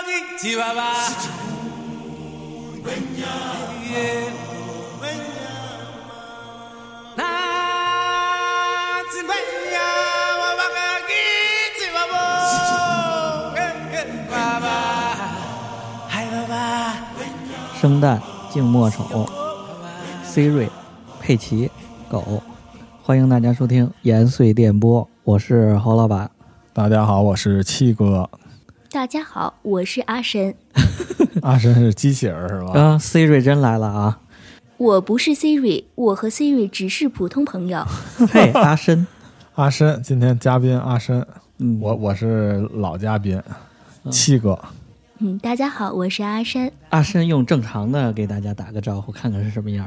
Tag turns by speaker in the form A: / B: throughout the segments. A: Chihuahua. Yeah. Na, Chihuahua, wabakaki, Chihuahua. Eh, eh, Baba. Hi, Baba.
B: 生旦净末丑，Siri，佩奇，狗，欢迎大家收听延绥电波，我是侯老板。
C: 大家好，我是七哥，
D: 大家好，我是阿神，
C: 阿神是机器人是吧？
B: 啊，Siri 真来了啊！
D: 我不是 Siri，我和 Siri 只是普通朋友。
B: 嘿，阿深，
C: 阿深，今天嘉宾阿深，
B: 嗯
C: 我我是老嘉宾，七哥，
D: 嗯，大家好，我是阿山。
B: 阿深用正常的给大家打个招呼，看看是什么样。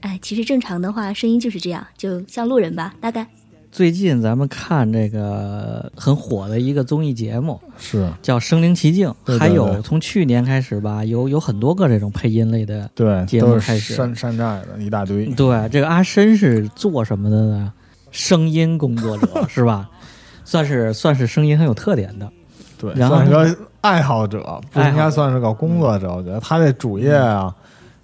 D: 哎，其实正常的话，声音就是这样，就像路人吧，大概。
B: 最近咱们看这个很火的一个综艺节目，
C: 是
B: 叫《身临其境》，
C: 对对
B: 还有
C: 对
B: 从去年开始吧，有有很多个这种配音类的。
C: 对，
B: 节目
C: 都
B: 开
C: 是
B: 始
C: 山山寨的一大堆，
B: 对，这个阿深是做什么的呢？声音工作 者是吧？算是算是声音很有特点的。
C: 对，
B: 然后
C: 算是个爱好者，不
B: 爱好
C: 应该算是个工作者。我觉得他这主业啊，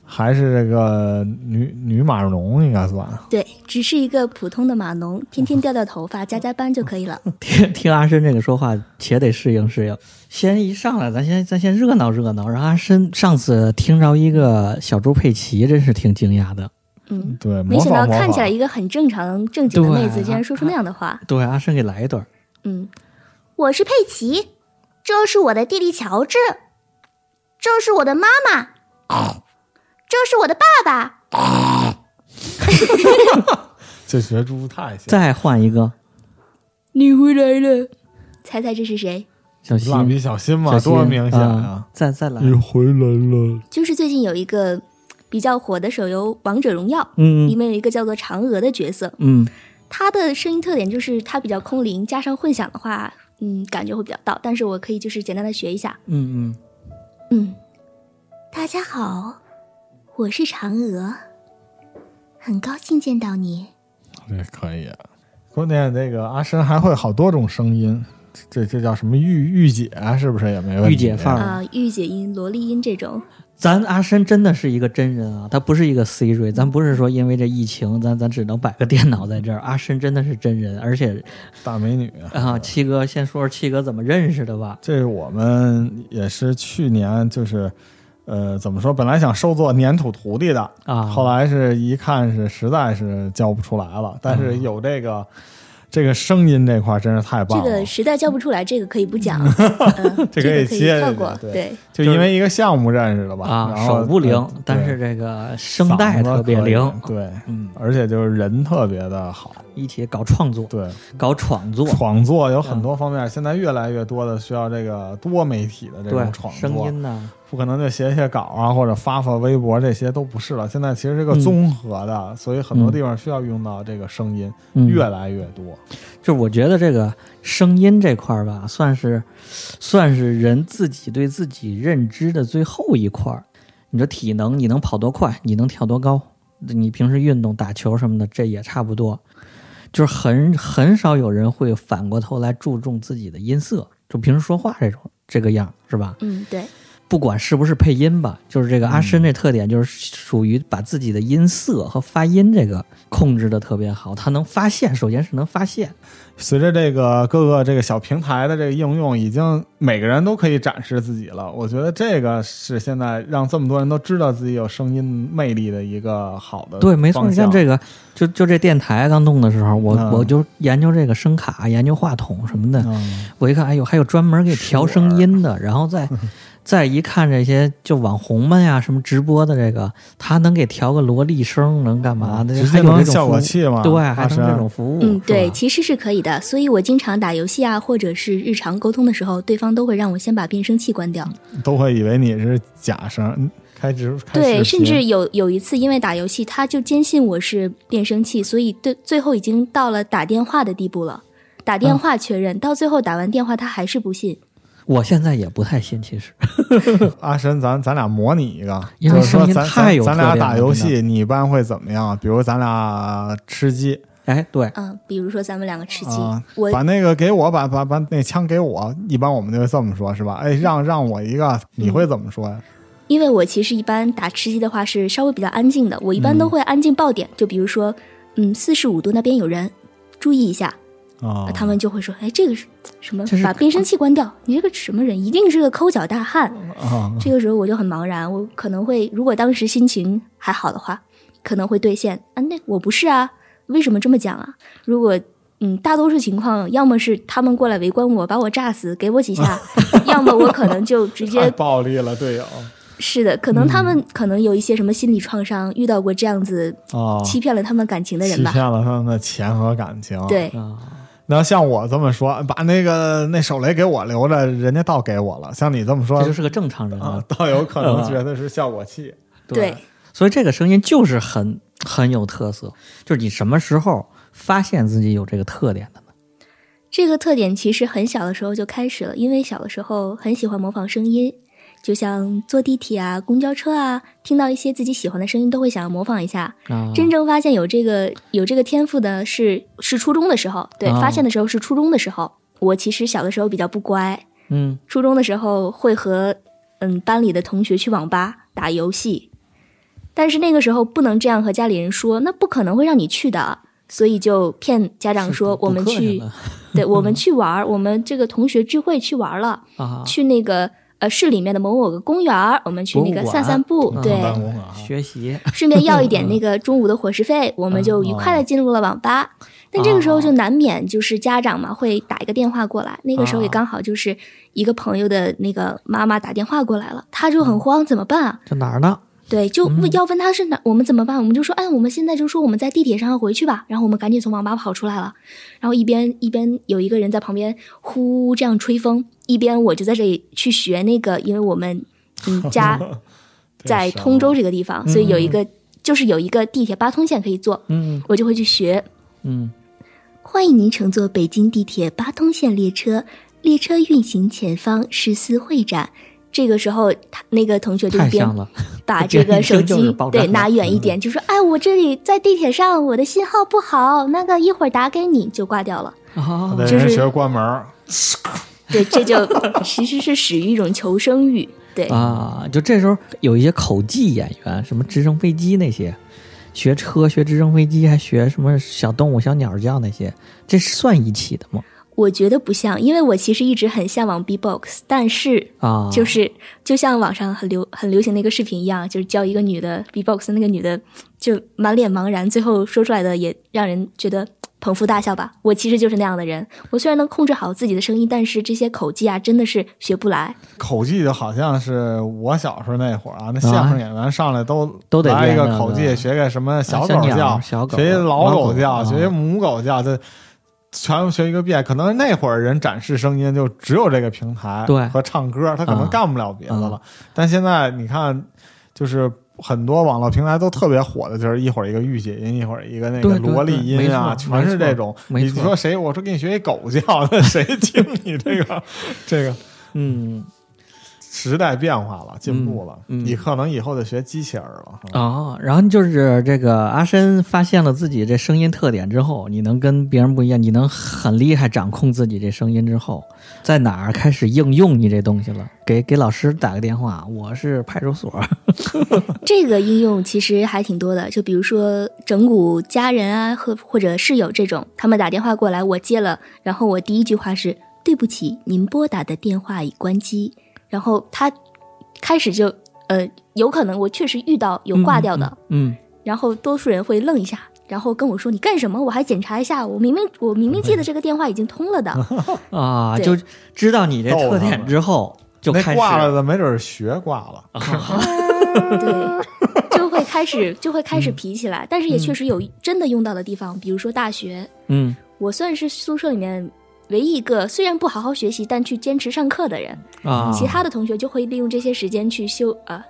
C: 还是这个女女码农应该算。
D: 对，只是一个普通的码农，天天掉掉头发，加加班就可以了。
B: 听听阿深这个说话，且得适应适应。先一上来，咱先咱先热闹热闹。然后阿深上次听着一个小猪佩奇，真是挺惊讶的。
D: 嗯，
C: 对，
D: 没
C: 模
D: 想
C: 仿
D: 到
C: 模
D: 看起来
C: 仿。
D: 一个很正常正经的
B: 对
D: 妹子，竟然说出那样的
C: 啊
D: 话。
B: 对，阿深给来一段儿。
D: 嗯，我是佩奇，这是我的弟弟乔治，这是我的妈妈， 这是我的爸爸。
C: 这学猪太像
B: 再换一个
D: 你回来了，猜猜这是谁？
B: 小新，
C: 蜡笔小新嘛，
B: 小新
C: 多明显
B: 啊
C: 啊！
B: 再再来，
C: 回来了，
D: 就是最近有一个比较火的手游《王者荣耀》，里
B: 嗯
D: 面有一个叫做嫦娥的角色，
B: 嗯，
D: 她的声音特点就是她比较空灵，加上混响的话，嗯，感觉会比较到。但是我可以就是简单的学一下，
B: 嗯嗯，
D: 嗯，大家好，我是嫦娥，很高兴见到你。
C: 这可以。啊关键这个阿深还会好多种声音，这这叫什么御御姐啊是不是也没问题？
B: 御姐范儿
D: 啊、御姐音、萝莉音这种，
B: 咱阿深真的是一个真人啊，他不是一个
C: 嗯
B: Siri，咱不是说因为这疫情，咱咱只能摆个电脑在这儿。阿深真的是真人，而且
C: 大美女
B: 啊，七哥先说说七哥怎么认识的吧。
C: 这是我们也是去年就是，呃，怎么说？本来想收做粘土徒弟的
B: 啊
C: 后来是一看是实在是教不出来了，但是
B: 嗯
C: 有这个、这个声音这块儿真是太棒
D: 这
C: 了，
B: 哦
D: 个实在叫不出来，这个可以 不讲，嗯，
C: 这
D: 这
C: 可以
D: 个可以
C: 切
D: 跳
C: 下去
D: 过。
C: 对
D: 对，
C: 就因为一个项目认识的吧，
B: 啊，
C: 然后
B: 手不灵
C: 呃，
B: 但
C: 对
B: 是这个声带特别
C: 嗓
B: 灵
C: 子。可以对，
B: 嗯，
C: 而且就是人特别的好，
B: 一起搞创作，
C: 对，
B: 搞创作，
C: 创作有很多方
B: 嗯
C: 面，现在越来越多的需要这个多媒体的这种
B: 对，
C: 创
B: 声
C: 作，
B: 音呢，
C: 不可能就写写稿啊，或者发发微博这些都不是了。现在其实是
B: 嗯
C: 个综合的，所以很多地方需要用到这个声音，
B: 嗯
C: 越来越多。
B: 就是我觉得这个声音这块儿吧，算是算是人自己对自己认知的最后一块儿。你说体能，你能跑多快，你能跳多高，你平时运动打球什么的，这也差不多。就是很很少有人会反过头来注重自己的音色，就平时说话这种这个样儿是吧？
D: 嗯，对，
B: 不管是不是配音吧，就是这个阿深这特点，就是属于把自己的音色和发音这个控制的特别好，他能发现，首先是能发现，
C: 随着这个各个这个小平台的这个应用，已经每个人都可以展示自己了。我觉得这个是现在让这么多人都知道自己有声音魅力的一个好的
B: 对，没错。
C: 方
B: 你看
C: 向
B: 这个，就就这电台刚弄的时候，我、
C: 嗯
B: 我就研究这个声卡，研究话筒什么的，
C: 嗯
B: 我一看，哎呦，还有专门给调声音的，然后再 再一看这些就网红们呀，什么直播的这个，他能给调个萝莉声，能干嘛的？
C: 直
B: 还
C: 接
B: 有
C: 能
B: 这种
C: 效果
B: 服务
C: 器嘛？
B: 对，还
C: 大
B: 能
C: 神
B: 这种服务，
D: 嗯，
B: 是吧
D: 对，其实是可以的。所以我经常打游戏啊，或者是日常沟通的时候，对方都会让我先把变声器关掉。
C: 都会以为你是假声，嗯开直开
D: 对，
C: 视
D: 甚
C: 频
D: 至有有一次因为打游戏，他就坚信我是变声器，所以对最后已经到了打电话的地步了。打电话确认，到最后打完电话他还是不信。
B: 我现在也不太信，其实。
C: 阿神，咱咱俩模拟一个，
B: 因
C: 就
B: 为
C: 是说
B: 声音
C: 咱
B: 太有
C: 咱咱俩
B: 特点了
C: 打游
B: 真
C: 戏，你一般会怎么样？比如咱俩吃鸡，
B: 哎，对，
D: 嗯，比如说咱们两个吃鸡，
C: 啊
D: 我
C: 把那个给我，把把把那枪给我，一般我们就会这么说，是吧？哎，让让我一个，你会怎么说呀？
D: 因为我其实一般打吃鸡的话是稍微比较安静的，我一般都会安静爆点，就比如说，嗯，四十五度那边有人，注意一下，
C: 啊、
D: 嗯他们就会说，哎，这个是什么
B: 这？是
D: 把变声器关掉，你这个什么人？一定是个抠脚大汉。
C: 啊，
D: 这个时候我就很茫然，我可能会如果当时心情还好的话，可能会兑现啊，那我不是啊，为什么这么讲啊？如果嗯，大多数情况，要么是他们过来围观我，把我炸死，给我 几下；要么我可能就直
C: 太
D: 接
C: 暴力了，队友
D: 是的，可能他们可能有一些什么心理创伤，遇到过这样子
C: 啊，
D: 欺骗了他们感情的人
C: 欺
D: 吧
C: 骗。哦了他们的钱和感情。，
D: 对，
B: 啊，
C: 然后像我这么说，把那个那手雷给我留着，人家倒给我了。像你这么 说
B: 这就，是个正常人
C: 啊
B: 了，。
C: 倒有可能
B: 嗯
C: 觉得是效果器。
D: 对
B: 所以这个声音就是很很有特色。就是你什么时候发现自己有这个特点的呢？
D: 这个特点其实很小的时候就开始了，因为小的时候很喜欢模仿声音，就像坐地铁啊、公交车啊，听到一些自己喜欢的声音，都会想要模仿一下。
B: 啊，
D: 真正发现有这个有这个天赋的是是初中的时候，对，
B: 啊
D: 发现的时候是初中的时候。我其实小的时候比较不乖，
B: 嗯，
D: 初中的时候会和嗯班里的同学去网吧打游戏，但是那个时候不能这样和家里人说，那不可能会让你去的，所以就骗家长说
B: 补
D: 我们
B: 课
D: 去
B: 了
D: 对，我们去玩儿，我们这个同学聚会去玩儿了，
B: 啊，
D: 去那个呃市里面的某某个公园儿，我们去那
B: 博
D: 个
B: 物
D: 散
B: 馆
D: 散步，
B: 嗯
D: 对，
C: 办公啊，
B: 学习
D: 顺便要 一点那个中午的伙食费，我们
B: 嗯
D: 就愉快的进入了网吧。但这个时候就难免就是家长嘛会打一个电话过
B: 啊
D: 来，那个时候也刚好就是一个朋友的那个妈妈打电话过来了，他就很
B: 嗯
D: 慌，怎么办啊？
B: 这哪儿呢？
D: 对，就
B: 嗯
D: 问要问他是哪，我们怎么办？我们就说，哎，我们现在就说我们在地铁上回去吧。然后我们赶紧从网吧跑出来了，然后一边一边有一个人在旁边呼这样吹风，一边我就在这里去学那个，因为 我们嗯 家在通州这个地方，所以有一个就是有一个地铁八通线可以坐，
B: 嗯
D: 我就会去学。
B: 嗯，
D: 欢迎您乘坐北京地铁八通线列车，列车运行前方是四惠站。这个时候，他那个同学就一
B: 太
D: 边
B: 像了。
D: 把这个手
B: 这样一听就是
D: 机
B: 爆炸嗯
D: 对拿远一点，就说：“哎，我这里在地铁上，我的信号不好，那个一会儿打给你。”就挂掉了。
B: 啊
C: 得
D: 就
C: 人
D: 是
C: 学关门儿。
D: 对，这就其实是始于一种求生欲。对，
B: 啊！就这时候有一些口技演员，什么直升飞机那些，学车、学直升飞机，还学什么小动物、小鸟叫那些，这是算一起的吗？
D: 我觉得不像，因为我其实一直很向往 B-box，但是
B: 啊，
D: 就是就像网上很流很流行的一个视频一样，就是教一个女的 B-box，那个女的就满脸茫然，最后说出来的也让人觉得捧腹大笑吧。我其实就是那样的人，我虽然能控制好自己的声音，但是这些口技啊，真的是学不来。
C: 口技就好像是我小时候那会儿啊，那相声演员上来都
B: 都得
C: 来一
B: 练
C: 个
B: 那
C: 口技，
B: 个
C: 学个什么小
B: 小
C: 狗
B: 鸟
C: 叫，
B: 小狗
C: 学一老
B: 老
C: 狗
B: 狗
C: 叫，
B: 啊
C: 学一母狗叫，这全部学一个遍。可能那会儿人展示声音就只有这个平台，
B: 对
C: 和唱歌，他可能
B: 啊
C: 干不了别的
B: 啊
C: 了。但现在你看，就是。很多网络平台都特别火的，就是一会儿一个御姐音，一会儿一个那个
B: 对对
C: 萝莉
B: 对
C: 音啊，
B: 没错
C: 全是这种。
B: 没
C: 你
B: 错
C: 说谁？我说给你学一狗叫，那谁听你这 个这个？
B: 嗯
C: 时代变化了，进步了，
B: 嗯嗯
C: 你可能以后得学机器人了。是吧
B: 啊，然后就是这个阿深发现了自己这声音特点之后，你能跟别人不一样，你能很厉害掌控自己这声音之后，在哪儿开始应用你这东西了？给给老师打个电话，我是派出 所。
D: 这个应用其实还挺多的，就比如说整蛊家人啊，和或者室友这种，他们打电话过来，我接了，然后我第一句话是“对不起，您拨打的电话已关机”，然后他开始就呃，有可能我确实遇到有挂掉的，
B: 嗯，
D: 然后多数人会愣一下，然后跟我说“你干什么？”我还检查一下，我明明我明明记得这个电话已经通了的，
B: 嗯啊，
D: 对
B: 就知道你这特
C: 逗他
B: 点
C: 们
B: 之后，就开
C: 那
B: 始啊
C: 挂了的没准是学挂了，
D: 对，就会开始就会开始皮起来，但是也确实有真的用到的地方，比如说大学。
B: 嗯
D: 我算是宿舍里面唯一一个虽然不好好学习，但去坚持上课的人。
B: 啊，
D: 其他的同学就会利用这些时间去休呃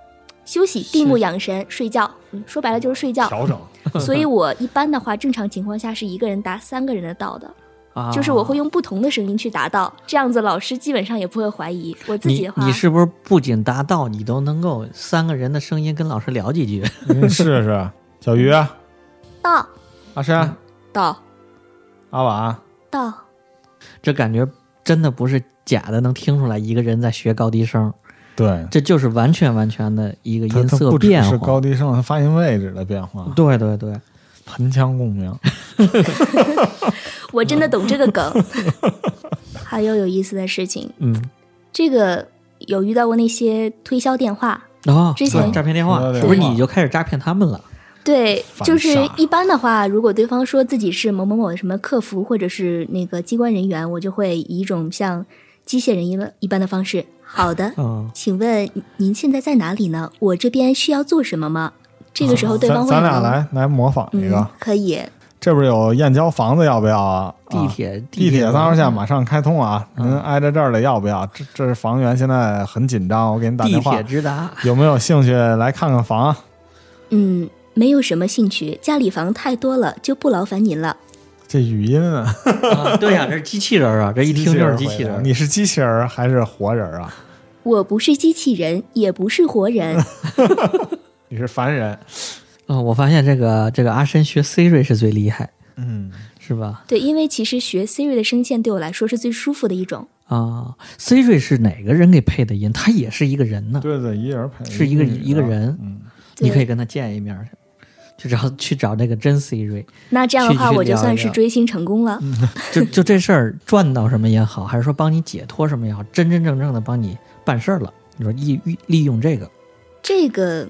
D: 休息、闭目养神、睡觉。嗯，说白了就是睡觉。
C: 调整
D: 所以我一般的话，正常情况下是一个人答三个人的道的，
B: 啊
D: 就是我会用不同的声音去答道，这样子老师基本上也不会怀疑。我自己的
B: 啊你
D: 话
B: 你，是不是不仅达到，你都能够三个人的
C: 嗯
B: 声音跟老师聊几句？
C: 你试试。小鱼、阿
D: 到
C: 山，
D: 到
C: 阿瓦，
D: 到，
B: 这感觉真的不是假的，能听出来一个人在学高低声，
C: 对，
B: 这就是完全完全的一个
C: 它
B: 音
C: 它
B: 色
C: 不只
B: 变化
C: 是
B: 嗯
C: 高。低声，它发音位置的变化，
B: 对对对，
C: 盆腔共鸣。
D: 我真的懂这个 梗。还有有意思的事情，
B: 嗯，
D: 这个有遇到过那些推销电话，
B: 哦，
D: 之前
B: 对诈骗电话
C: 对
B: 是不是
C: 对
B: 你就开始诈骗他们了？
D: 对，
C: 反
D: 就是
C: 杀
D: 一般的话，如果对方说自己是某某某什么客服或者是那个机关人员，我就会以一种像机械人一般一般的方式。好的，
B: 嗯，
D: 请问您现在在哪里呢？我这边需要做什么吗？这个时候对
C: 咱
D: 方会
C: 咱俩
D: 很
C: 来来模仿一个，
D: 嗯，可以，
C: 这不是有燕郊房子要不要啊？
B: 地
C: 啊
B: 铁嗯
C: 地铁
B: 铁
C: 三号线马上开通啊！您挨着这儿的要不要？这这是房源现在很紧张，我给你打
B: 地
C: 电话
B: 铁，直达，
C: 有没有兴趣来看看房啊？
D: 嗯，没有什么兴趣，家里房太多了，就不劳烦您了。
C: 这语音啊，
B: 啊对呀，这是机器人 啊， 这一听就是机器
C: 回答
B: 人。
C: 你是机器人儿还是活人儿啊？
D: 我不是机器人，也不是活 人，
C: 你是凡人，
B: 嗯，我发现这个这个阿深学 Siri 是最厉害，
C: 嗯，
B: 是吧？
D: 对，因为其实学 Siri 的声线对我来说是最舒服的一种。
B: 啊，Siri 是哪个人给配的音？他也是一个人呢，
C: 对对，一人陪
B: 是一个
C: 女的
B: 一个人
C: 嗯，
D: 对
B: 你可以跟他见一面去，去找去找这个真 Siri。
D: 那这样的话，
B: 去去
D: 我就
B: 聊一
D: 算是
B: 聊
D: 追星成功了。
B: 就就这事儿赚到什么也好，还是说帮你解脱什么也好，真真正正的帮你办事儿了。你说利利利用这个，
D: 这个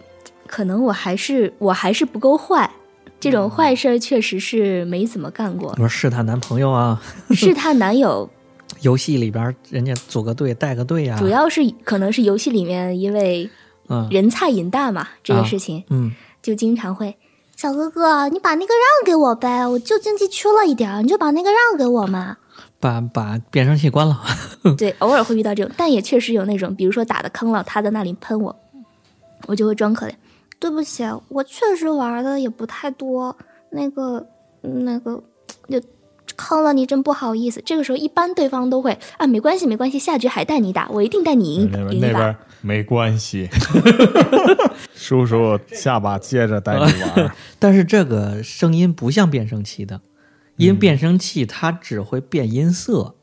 D: 可能我还是我还是不够坏，这
C: 嗯
D: 种坏事儿确实是没怎么干过
B: 你。说试探男朋友啊，
D: 试探男友
B: 游戏里边儿人家组个队带个队
C: 啊
B: 呀、
D: 主要是可能是游戏里面因为
B: 嗯
D: 人菜瘾大嘛，这
B: 啊
D: 个事情
B: 嗯，
D: 就经 常会。小哥哥，你把那个让给我呗，我就经济区了一点儿，你就把那个让给我嘛。
B: 把把变声器关了，
D: 对，偶尔会遇到这种，但也确实有那种，比如说打的坑了，他在那里喷我，我就会装可怜。对不起，我确实玩的也不太多，那个那个就坑了你，真不好意思。这个时候，一般对方都会啊，没关系，没关系，下局还带你打，我一定带你
C: 那
D: 赢
C: 边
D: 赢
C: 那
D: 一把。
C: 边没关系， 叔叔下把接着带你玩儿，
B: 但是这个声音不像变声器的，因为变声器它只会变音色，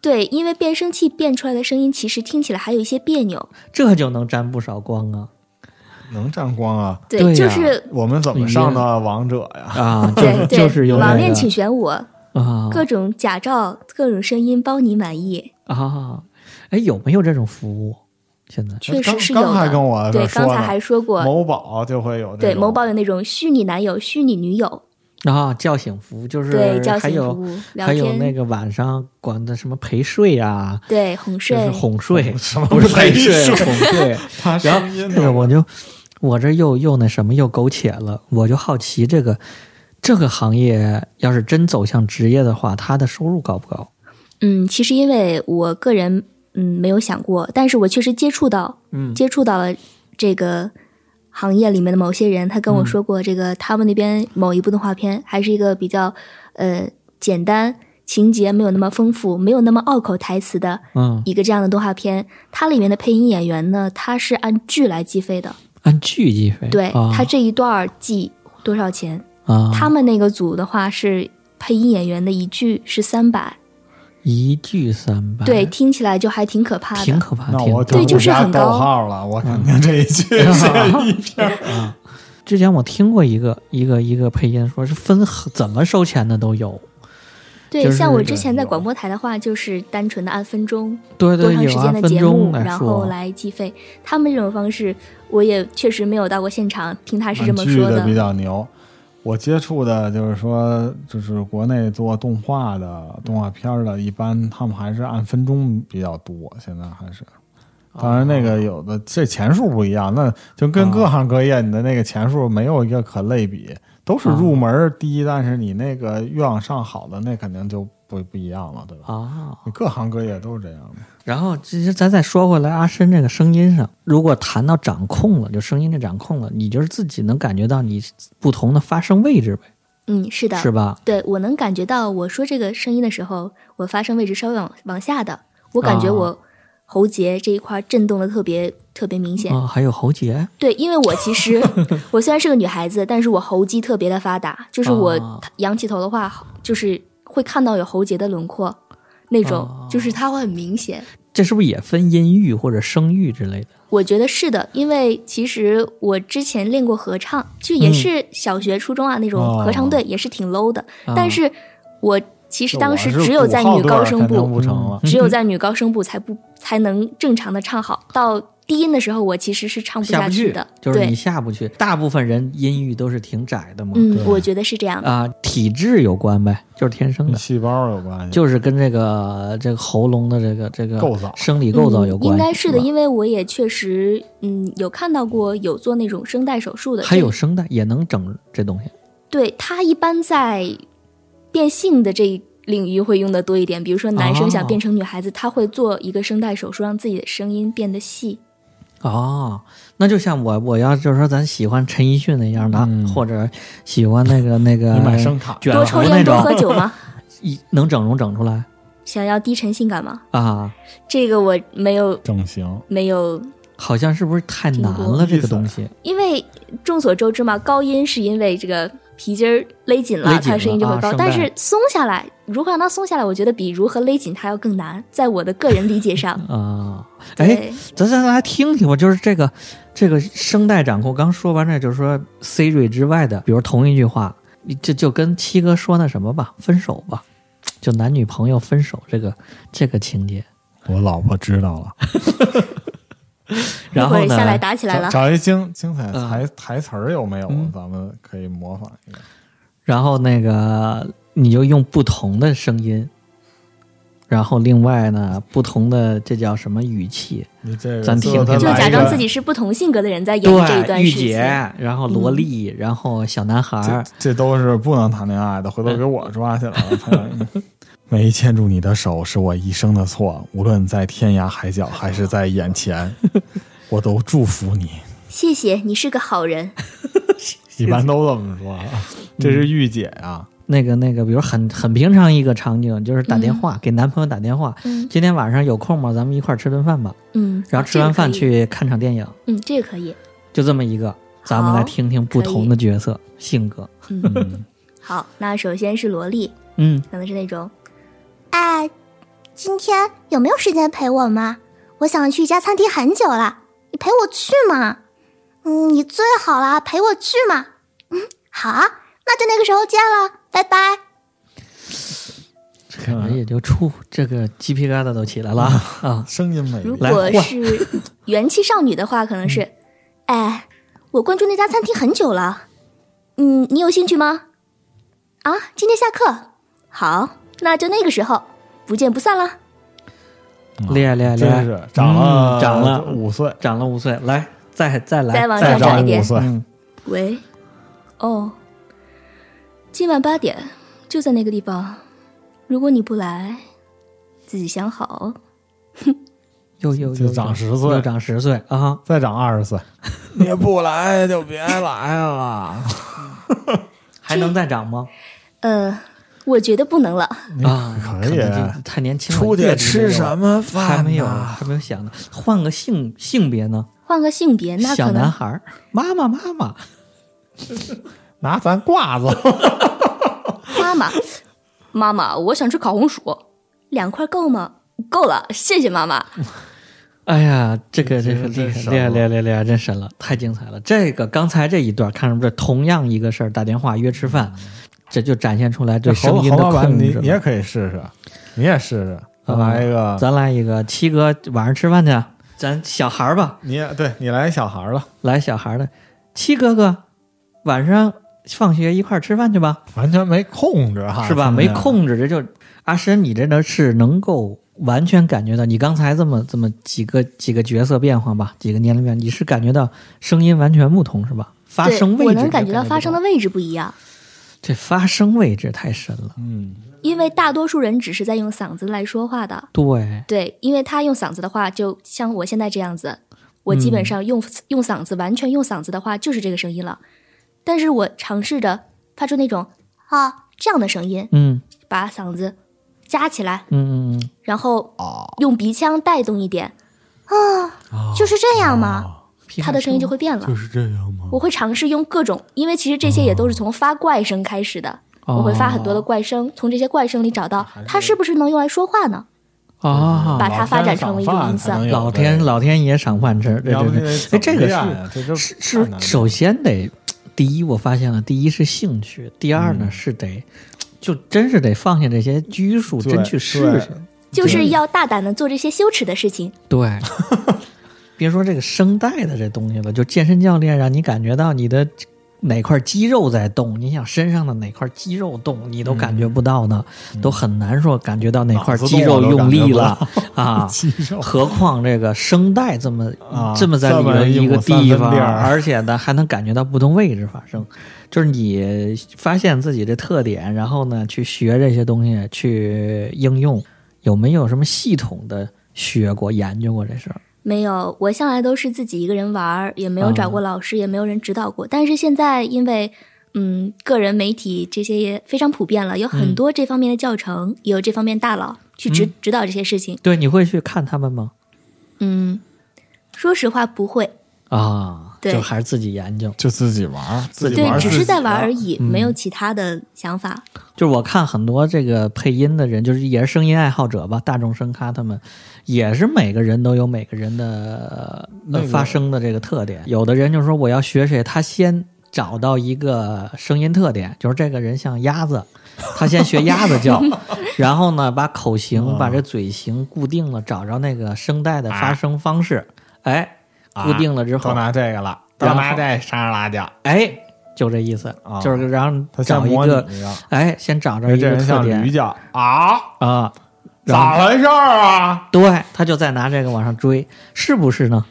D: 对，因为变声器变出来的声音，其实听起来还有一些别扭。
B: 这就能沾不少光 啊
C: 能沾光啊？
D: 对，
B: 对呀
D: 就是
C: 我们怎么上的王者呀？
B: 啊！ 就是
D: 对对，
B: 就是用
D: 网
B: 这
D: 恋
B: 个
D: 请选我，
B: 啊
D: 各种假照，各种声音，包你满意。
B: 啊！哎，有没有这种服务？现在
D: 确实
C: 刚
D: 是有的。
C: 刚还跟我这
D: 对，
C: 说
D: 刚才
C: 呢
D: 还说过，
C: 某宝就会有这
D: 对，
C: 种
D: 某宝有那种虚拟男友、虚拟女友，
B: 啊，叫醒服务就是
D: 对，叫
B: 还
D: 醒服
B: 有
D: 务聊
B: 还有
D: 天，
B: 那个晚上管的什么陪睡啊，
D: 对，哄
B: 就
D: 睡
B: 是，哄睡，
C: 什么
B: 不是陪睡，
C: 陪
B: 哄睡。
C: 发
B: 然
C: 声
B: 后
C: 音
B: 这个
C: 的，
B: 我就我这又又那什么又苟且了，我就好奇这个这个行业要是真走向职业的话，它的收入高不高？
D: 嗯，其实因为我个人嗯没有想过，但是我确实接触到
B: 嗯
D: 接触到了这个行业里面的某些人，他跟
B: 嗯
D: 我说过，这个他们那边某一部动画片还是一个比较呃简单。情节没有那么丰富，没有那么拗口台词的
B: 嗯，
D: 一个这样的动画片，它里面的配音演员呢，他是按剧来计费的，
B: 按剧计费。
D: 对
B: 啊
D: 他这一段儿记多少钱？
B: 啊，
D: 他们那个组的话是配音演员的一句是三百，
B: 一剧三百，
D: 对，，听起来就还挺可怕
B: 挺
D: 的。
B: 可怕。
C: 那
B: 挺
C: 我
B: 可怕
D: 对
C: 就
D: 就是很
C: 逗
D: 高
C: 号了，我肯定这一句 这一篇。
B: 之前我听过一个一个一个配音，说是分怎么收钱的都有，
D: 对，
B: 就是
D: 像我之
C: 这
D: 前在
C: 有
D: 广播台的话，就是单纯的按分钟、
B: 对
D: 多
B: 对，
D: 长
B: 有
D: 时间
B: 按
D: 的
B: 分
D: 节
B: 钟
D: 目，
B: 来
D: 然后
B: 说，
D: 来计费。他们这种方式，我也确实没有到过现场听他是这么
C: 剧
D: 说
C: 的比
D: 的。
C: 较牛。我接触的就是说，就是国内做动画的动画片儿的，一般他们还是按分钟比较多，现在还是。当然，那个有的这钱数不一样，那就跟各行各业你的那个钱数没有一个可类比，都是入门低，但是你那个越往上好的那肯定就不不一样了，对
D: 哦
C: 吧？
B: 啊。
C: 你各行各业都是这样的。
B: 然后其实咱再说回来，阿深这个声音上，如果谈到掌控了，就声音这掌控了，你就是自己能感觉到你不同的发声位置呗，
D: 嗯，是的，
B: 是吧？
D: 对我能感觉到，我说这个声音的时候，我发声位置稍微往往下的，我感觉
B: 啊
D: 我喉结这一块震动的特别特别明显。
B: 啊，还有喉结，
D: 对，因为我 其实我虽然是个女孩子，但是我喉肌特别的发达，就是
B: 啊
C: 哦
D: 我仰起头的话，就是会看到有喉结的轮廓，那种、
C: 哦
B: 啊
D: 就是它会很明显。
B: 这是不是也分音域或者声域之类的？
D: 我觉得是的，因为其实我之前练过合唱，就
C: 嗯
D: 也是小学、初中啊那种合唱队，也是挺 low 的。
B: 啊
D: 但是我其实
C: 哦嗯就
D: 当
C: 我
D: 时
C: 是
D: 只有
C: 鼓
D: 在
C: 号
D: 女
C: 段
D: 高
C: 儿
D: 声
C: 肯
D: 部，嗯
C: 定不嗯成了。
D: 只有在女高声部才不才能正常的唱好。到低音的时候，我其实是唱不
B: 下
D: 下
B: 不
D: 去
B: 去
D: 的。
B: 就是你
D: 对，
B: 下不去。大部分人音域都是挺窄的嘛，
D: 嗯，
C: 对
D: 我觉得是这样的。
B: 啊，体质有关呗，就是天生
C: 跟
B: 的，
D: 嗯
C: 细胞有关系，
B: 就是跟这个这个喉咙的这个这个
C: 构造
B: 生理构造有关系，
D: 嗯应该是的，
B: 吧
D: 因为我也确实，嗯，有看到过有做那种声带手术的，
B: 还有
D: 这
B: 声带也能整这东西。
D: 对它一般在变性的这一领域会用的多一点，比如说男生想
B: 哦
D: 变成女孩子，他会做一个声带手术，让自己的声音变得细。
B: 哦，那就像我，我要就是说，咱喜欢陈奕迅那样的，
C: 嗯
B: 或者喜欢那个那个
C: 你买声卡，
B: 卷
D: 多
B: 福
D: 抽
B: 那
D: 烟，多喝
B: 种，
D: 酒吗？
B: 一能整容整出来
D: 想要低沉性感吗？
B: 啊？
D: 这个我没有
C: 整形
D: 没有
B: 好像是不是太难了？
C: 挺多
B: 这个东西
D: 因为众所周知嘛，高音是因为这个皮筋儿勒紧
B: 勒
D: 了，
B: 紧
D: 它声音就
B: 了
D: 会
B: 啊
D: 高。
B: 声带。
D: 但是松下来，如何让它松下来，我觉得比如何勒紧它要更难，在我的个人理解上
B: 啊， 哎，
D: 对，
B: 咱咱来听听吧，就是这个这个声带掌控。刚说完这，就是说 Siri 之外的，比如同一句话，你这就跟七哥说那什么吧，分手吧，就男女朋友分手这个这个情节。
C: 我老婆知道了，
B: 然后
D: 一会儿
B: 呢
D: 下来打起来了
C: 找。找一精精彩
B: 嗯
C: 台台词儿有没有
B: 嗯？
C: 咱们可以模仿一个。
B: 然后那个你就用不同的声音，然后另外呢，不同的这叫什么语气？
C: 你这个
B: 咱
C: 最后
B: 听
C: 他
B: 听
D: 就
C: 来一
D: 假装
C: 个
D: 自己是不同性格的人在演这一
B: 对，
D: 段嗯
B: 御
D: 事情
B: 姐，，然后萝莉，然后小男孩
C: 这
B: 儿，
C: 这都是不能谈恋爱的，回头给我抓起来了。朋友 没牵住你的手是我一生的错，无论在天涯海角还是在眼前，我都祝福你。
D: 谢谢你是个 好人。
C: 一般都这么说，啊这是御姐啊呀、
B: 那个那个，比如很很平常一个场景，就是打电话、给男朋友打电话，
D: 嗯
B: 今天晚上有空吗？咱们一块儿吃顿饭吧，
D: 嗯，
B: 然后吃完饭
D: 这个可以，
B: 去看场电影，
D: 嗯，这个可以，
B: 就这么一个。咱们来听听不同的角色性格，
D: 嗯，好，那首先是萝莉，
B: 嗯，
D: 可能是那种
E: 哎，今天有没有时间陪我吗？我想去一家餐厅很久了，你陪我去嘛？嗯，你最好啦，陪我去嘛。嗯，好啊，那就那个时候见了，拜拜。
B: 可
C: 嗯
B: 能哎也就出这个鸡皮疙瘩都起来了啊。
C: 声音美
D: 如
C: 丽。
D: 果
B: 来换
D: 是元气少女的话，可能是，
B: 嗯
E: 哎，
D: 我关注那家餐厅很久了，嗯，你有兴趣吗？
E: 啊，今天下课，
D: 好，那就那个时候，不见不散了。
B: 厉害厉害厉害
C: 啊真是！长了、
B: 嗯长了
C: 五岁，
B: 长了五岁，来，再再来，
D: 再往
B: 再
D: 上
B: 长
D: 涨
C: 长
D: 一
C: 五
D: 点
C: 岁。
B: 嗯，
D: 喂，哦，今晚八点就在那个地方，如果你不来，自己想好哦。
B: 又又
C: 就
B: 又
C: 长10岁
B: 又长十岁啊！
C: 再长二十岁，你不来就别来了。
B: 还能再长吗？
D: 呃，我觉得不能了。
B: 啊，
C: 嗯可以
B: 能就太年轻了，阅历没有
C: 么
B: 还没有，还没有想呢。换个性性别呢？
D: 换个性别，那
B: 小
D: 可
B: 男
D: 能
B: 孩儿，妈妈妈妈，
C: 拿咱褂子。
D: 妈妈，妈妈，我想吃烤红薯，两块够吗？够了，谢谢妈妈。
B: 哎呀，这个这个
C: 这
B: 厉
C: 个真
B: 害
C: 神
B: 厉害
C: 了
B: 厉害厉害厉害，真神了，太精彩了！这个刚才这一段，看是不是同样一个事儿，打电话约吃饭，
C: 嗯
B: 这就展现出来对声
C: 侯
B: 音
C: 侯
B: 的
C: 老板，
B: 控
C: 你
B: 制
C: 你
B: 了啊
C: 也可以试试，你也试试，咱来一个，
B: 咱来一个七哥晚上吃饭去啊，咱小孩儿吧，
C: 你也对你来小孩了，
B: 来小孩儿的七哥哥，晚上放学一块儿吃饭去吧，
C: 完全没控制啊哈，
B: 是吧？
C: 听着
B: 没，控制，这就阿深，你这呢是能够完全感觉到，你刚才这么这么几个几个角色变化吧，几个年龄变化，你是感觉到声音完全不同是吧？发
D: 对，
B: 声位置
D: 我
B: 你
D: 能
B: 就
D: 感觉到
B: 不
D: 发声的
B: 同
D: 位置不一样。
B: 这发声位置太深了，
C: 嗯，
D: 因为大多数人只是在用嗓子来说话的。
B: 对，
D: 对，因为他用嗓子的话，就像我现在这样子，我基本上用、用嗓子，完全用嗓子的话就是这个声音了。但是我尝试着发出那种啊这样的声音，
B: 嗯
D: 把嗓子夹起来，
B: 嗯嗯嗯，
D: 然后用鼻腔带动一点，
E: 就是这样吗？
D: 他的声音就会变了。
C: 就是这样吗？
D: 我会尝试用各种，因为其实这些也都是从发怪声开始的。
B: 哦
D: 我会发很多的怪声，从这些怪声里找到它是不是能用来说话呢？
B: 啊，
D: 把它发展成为一种啊音色
B: 老天老天爷赏饭吃，对
C: 要不
B: 对对，哎，这个是
C: 是这就是
B: 是首先得，第一我发现了，第一是兴趣，第二
C: 嗯
B: 呢、是得，就真是得放下这些拘束，
C: 对
B: 真去试试。
D: 就是要大胆的做这些羞耻的事情。
B: 对，别说这个声带的这东西了，就健身教练让你感觉到你的哪块肌肉在动，你想身上的哪块肌肉动，你都感觉
C: 嗯
B: 不到呢，都很难说感觉到哪块肌肉用力了 啊。
C: 肌 肉
B: 何况这个声带这么、
C: 啊
B: 这么在里
C: 这么
B: 面
C: 一
B: 一个
C: 亩三
B: 地
C: 分
B: 方
C: 地， 儿
B: 而且呢还能感觉到不同位置发生，就是你发现自己的特点，然后呢去学这些东西去应用，有没有什么系统的学过研究过这事儿？
D: 没有，我向来都是自己一个人玩儿，也没有
B: 啊
D: 找
C: 嗯
D: 过老师，也没有人指导过。但是现在因为嗯，个人媒体这些也非常普遍了，
C: 嗯
D: 有很多这方面的教程，也有这方面大佬去指、指导这些事情。
B: 对，你会去看他们吗？
D: 嗯，说实话不会，
B: 啊，
D: 对
B: 就还是自己研究。
C: 就自己玩儿，自己
D: 对
C: 玩，儿
D: 只
C: 自己啊嗯
D: 是在玩
C: 的
D: 而已，没有其他的想法。
B: 就是我看很多这个配音的人，就是也是声音爱好者吧，大众声咖他们，也是每个人都有每个人的、呃
C: 那个
B: 发声的这个特点。有的人就说我要学谁，他先找到一个声音特点，就是这个人像鸭子，他先学鸭子 叫，然后呢把口
C: 啊
B: 型、把这嘴型固定了，找着那个声带的发声方式，
C: 啊
B: 哎，固定了之后
C: 都，拿这个了，都
B: 然后
C: 拿这沙拉酱，
B: 哎，就这意思，
C: 啊
B: 就是然
C: 他
B: 后
C: 像
B: 找一
C: 模拟
B: 个，
C: 一样。
B: 哎，先找着
C: 哎
B: 一
C: 这
B: 个
C: 人
B: 特
C: 像驴
B: 点
C: 叫啊，
B: 啊，然后
C: 咋回事儿啊？
B: 对，他就再拿这个往上追，是不是呢？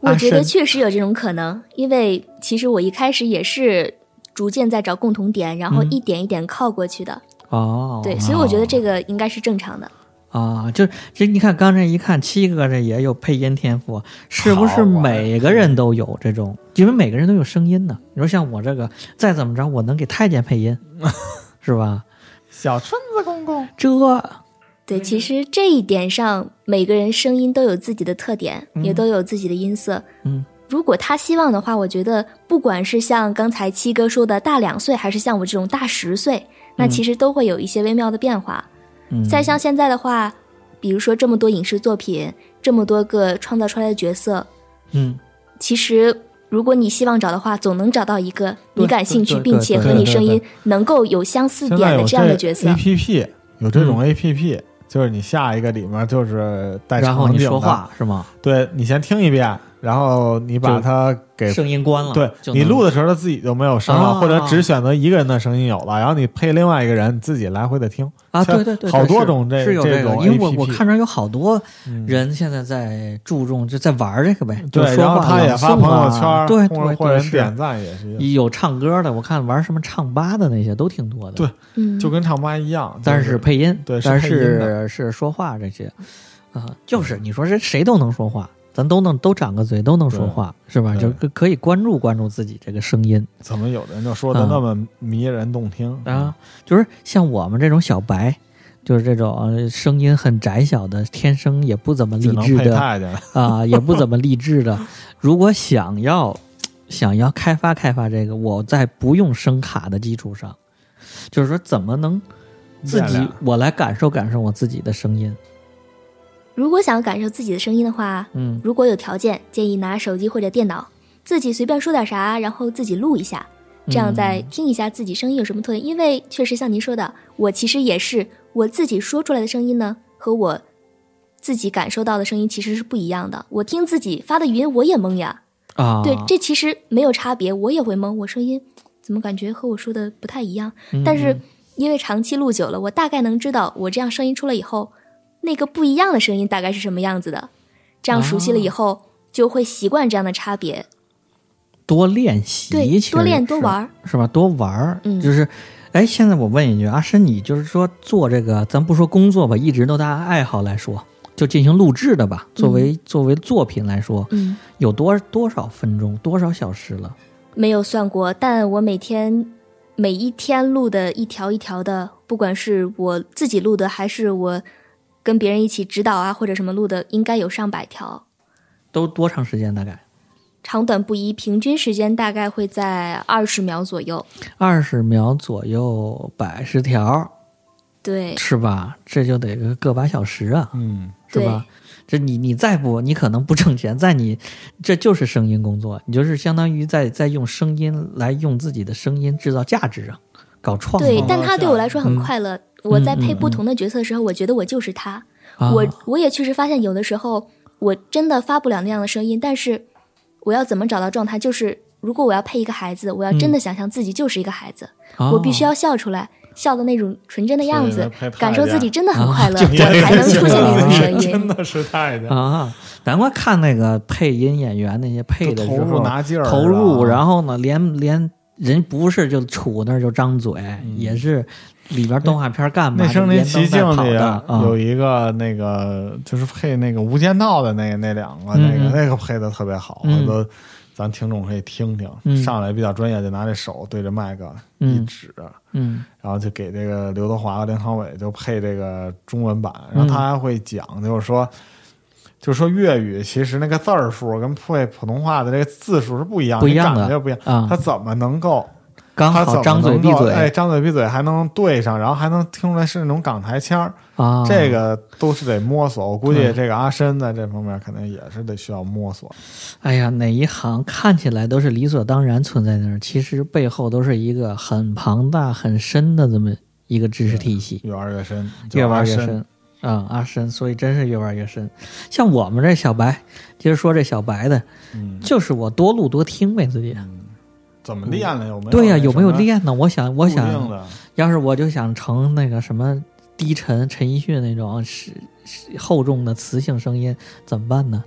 D: 我觉
B: 啊
D: 得
B: 是
D: 确实有这种可能，因为其实我一开始也是逐渐在找共同点，
C: 嗯
D: 然后一点一点靠过去的。
B: 哦，
D: 对，所以我觉得这个应该是正常的。
B: 啊，就这你看刚才一看，七哥这也有配音天赋，是不是
C: 好玩
B: 每个人都有这种？因为每个人都有声音呢。你说像我这个，再怎么着，我能给太监配 音，是吧？
C: 小春子公公，
B: 这
D: 对，
B: 嗯
D: 其实这一点上，每个人声音都有自己的特点，也都有自己的音色。
B: 嗯，
D: 如果他希望的话，我觉得不管是像刚才七哥说的大两岁，还是像我这种大十岁，那其实都会有一些微妙的变化。
B: 嗯
D: 再像现在的话，比如说这么多影视作品，这么多个创造出来的角色，
B: 嗯，
D: 其实如果你希望找的话，总能找到一个
B: 对
D: 你感兴趣
B: 对对
D: 并且
B: 对
D: 和
B: 对
D: 你
C: 对
D: 声音
C: 对
D: 能够有相似
C: 现
D: 点
C: 在
D: 的
C: 有
D: 这样的角色
C: A。P P 有
B: 嗯
C: 这种 A P P，就是你下一个里面就是带
B: 然后
C: 场
B: 你
C: 景
B: 说
C: 的，
B: 话是吗？
C: 对你先听一遍，然后你把
B: 就
C: 它给。
B: 声音关了，
C: 对
B: 就
C: 你
B: 能
C: 录的时候，它自己就没有声
B: 啊
C: 了，或者只选择一个人的声音有了，然后你配另外一个人，你自己来回的听。
B: 啊，
C: 像
B: 对对对，对
C: 好多
B: 是
C: 种这
B: 是有
C: 这
B: 这个，
C: 种
B: 因为我
C: APP
B: 我看着有好多
C: 嗯
B: 人现在在注重就在玩这个呗，就
C: 对，
B: 说
C: 然后
B: 话
C: 他也
B: 朗
C: 发
B: 诵
C: 朋友
B: 啊
C: 圈儿，
B: 对
C: 或者
B: 对
C: 或
B: 对
C: 者人点
B: 是。
C: 赞也是一样，
B: 有唱歌的，我看玩什么唱吧的那些都挺多的，
C: 对，
D: 嗯，
C: 就跟唱吧一样，就
B: 但是配音，
C: 对是
B: 但
C: 配音的
B: 是是说话这些，啊、就是你说这谁都能说话，咱都能都长个嘴，都能说话，是吧？
C: 对
B: 就可可以关注关注自己这个声音
C: 怎么有的人就说的
B: 啊
C: 那么迷人动听
B: 啊，，就是像我们这种小白，就是这种呃声音很窄小的，天生也不怎么
C: 只
B: 励
C: 能
B: 志
C: 配
B: 的，
C: 太监了。
B: 啊，也不怎么励志的。 如果想要想要开发开发这个，我在不用声卡的基础上，就是说怎么能自
C: 练
B: 己
C: 练
B: 我来感受感受我自己的声音。
D: 如果想要感受自己的声音的话，
B: 嗯
D: 如果有条件，建议拿手机或者电脑，自己随便说点啥，然后自己录一下，这样再听一下自己声音有什么特点。因为确实像您说的，我其实也是我自己说出来的声音呢，和我自己感受到的声音其实是不一样的。我听自己发的语音，我也懵呀。
B: 啊，
D: 对，这其实没有差别，我也会懵，我声音怎么感觉和我说的不太一样？
B: 嗯
D: 但是因为长期录久了，我大概能知道我这样声音出来以后，那个不一样的声音大概是什么样子的。这样熟悉了以
B: 啊
D: 后，就会习惯这样的差别。
B: 多练习，
D: 对
B: 其实
D: 多练
B: 也
D: 多
B: 是
D: 玩儿，
B: 是吧？多玩儿，
D: 嗯
B: 就是。哎，现在我问一句，阿深，你就是说做这个，咱不说工作吧，一直都大家爱好来说，就进行录制的吧，作为、作为作品来说，
D: 嗯，
B: 有多多少分钟，多少小时了？
D: 没有算过，但我每天每一天录的一条一条的，不管是我自己录的，还是我跟别人一起指导啊或者什么录的，应该有上百条，
B: 都多长时间？大概
D: 长短不一，平均时间大概会在二十秒左右。
B: 二十秒左右，百十条
D: 对，
B: 是吧？这就得个个把小时啊，
C: 嗯，
B: 是
D: 对
B: 吧？这你你再不，你可能不挣钱，在你这就是声音工作，你就是相当于在在用声音来用自己的声音制造价值啊，搞创造。
D: 对
C: 哦，
D: 但他对我来说很
B: 嗯
D: 快乐。我在配
B: 嗯嗯
D: 不同的角色的时候，我觉得我就是他。
B: 啊
D: 我我也确实发现，有的时候我真的发不了那样的声音，但是我要怎么找到状态？就是如果我要配一个孩子，我要真的想象自己就是一个孩子，我必须
B: 嗯哦
D: 要笑出来，笑的那种纯真的样
C: 所以
D: 子
C: 配太，
D: 感受自己真的很快乐，
B: 啊
D: 我才能出现那种声
C: 真
D: 音。
C: 的是太监。
B: 啊，难怪看那个配音演员那些配的
C: 就
B: 时
C: 投入
B: 候
C: 拿劲儿啊
B: 投
C: 是吧
B: 入，然后呢，连连人不是就杵那儿就张嘴，也是里边动画片干嘛
C: 嗯那《身临
B: 连灯
C: 其境
B: 带》跑
C: 里
B: 的
C: 啊
B: 啊
C: 有一个那个就是配那个《无间道》的那那两个
B: 嗯
C: 那个那个配的特别好，
B: 嗯
C: 回头咱听众可以听
B: 嗯
C: 听。上来比较专业，就拿这手对着麦克
B: 嗯
C: 一指，
B: 嗯
C: 然后就给这个刘德华和梁朝伟就配这个中文版，
B: 嗯
C: 然后他还会讲，就是说。就是说粤语其实那个字儿数跟配普通话的这个字数是不一样，
B: 不一样的
C: 感觉不一样。
B: 啊
C: 他怎么能够
B: 刚
C: 他怎
B: 好
C: 么
B: 张嘴
C: 能
B: 闭
C: 够哎，
B: 嘴
C: 张嘴闭嘴还能对上，然后还能听出来是那种港台腔儿，
B: 啊，
C: 这个都是得摸索。我估计
B: 对
C: 这个阿深在这方面肯定也是得需要摸索。
B: 哎呀，哪一行看起来都是理所当然存在那儿，其实背后都是一个很庞大、很深的这么一个知识体系。
C: 越玩越深，
B: 嗯越玩
C: 就
B: 越
C: 是阿
B: 深。啊、阿深，所以真是越玩越深。像我们这小白，接着说这小白的，
C: 嗯
B: 就是我多录多听呗，自己。
C: 怎么练了？有没有？
B: 对呀、有没有？练呢？我想，我想，
C: 的，
B: 要是我就想成那个什么低沉陈奕迅那种是是厚重的磁性声音，怎么办呢？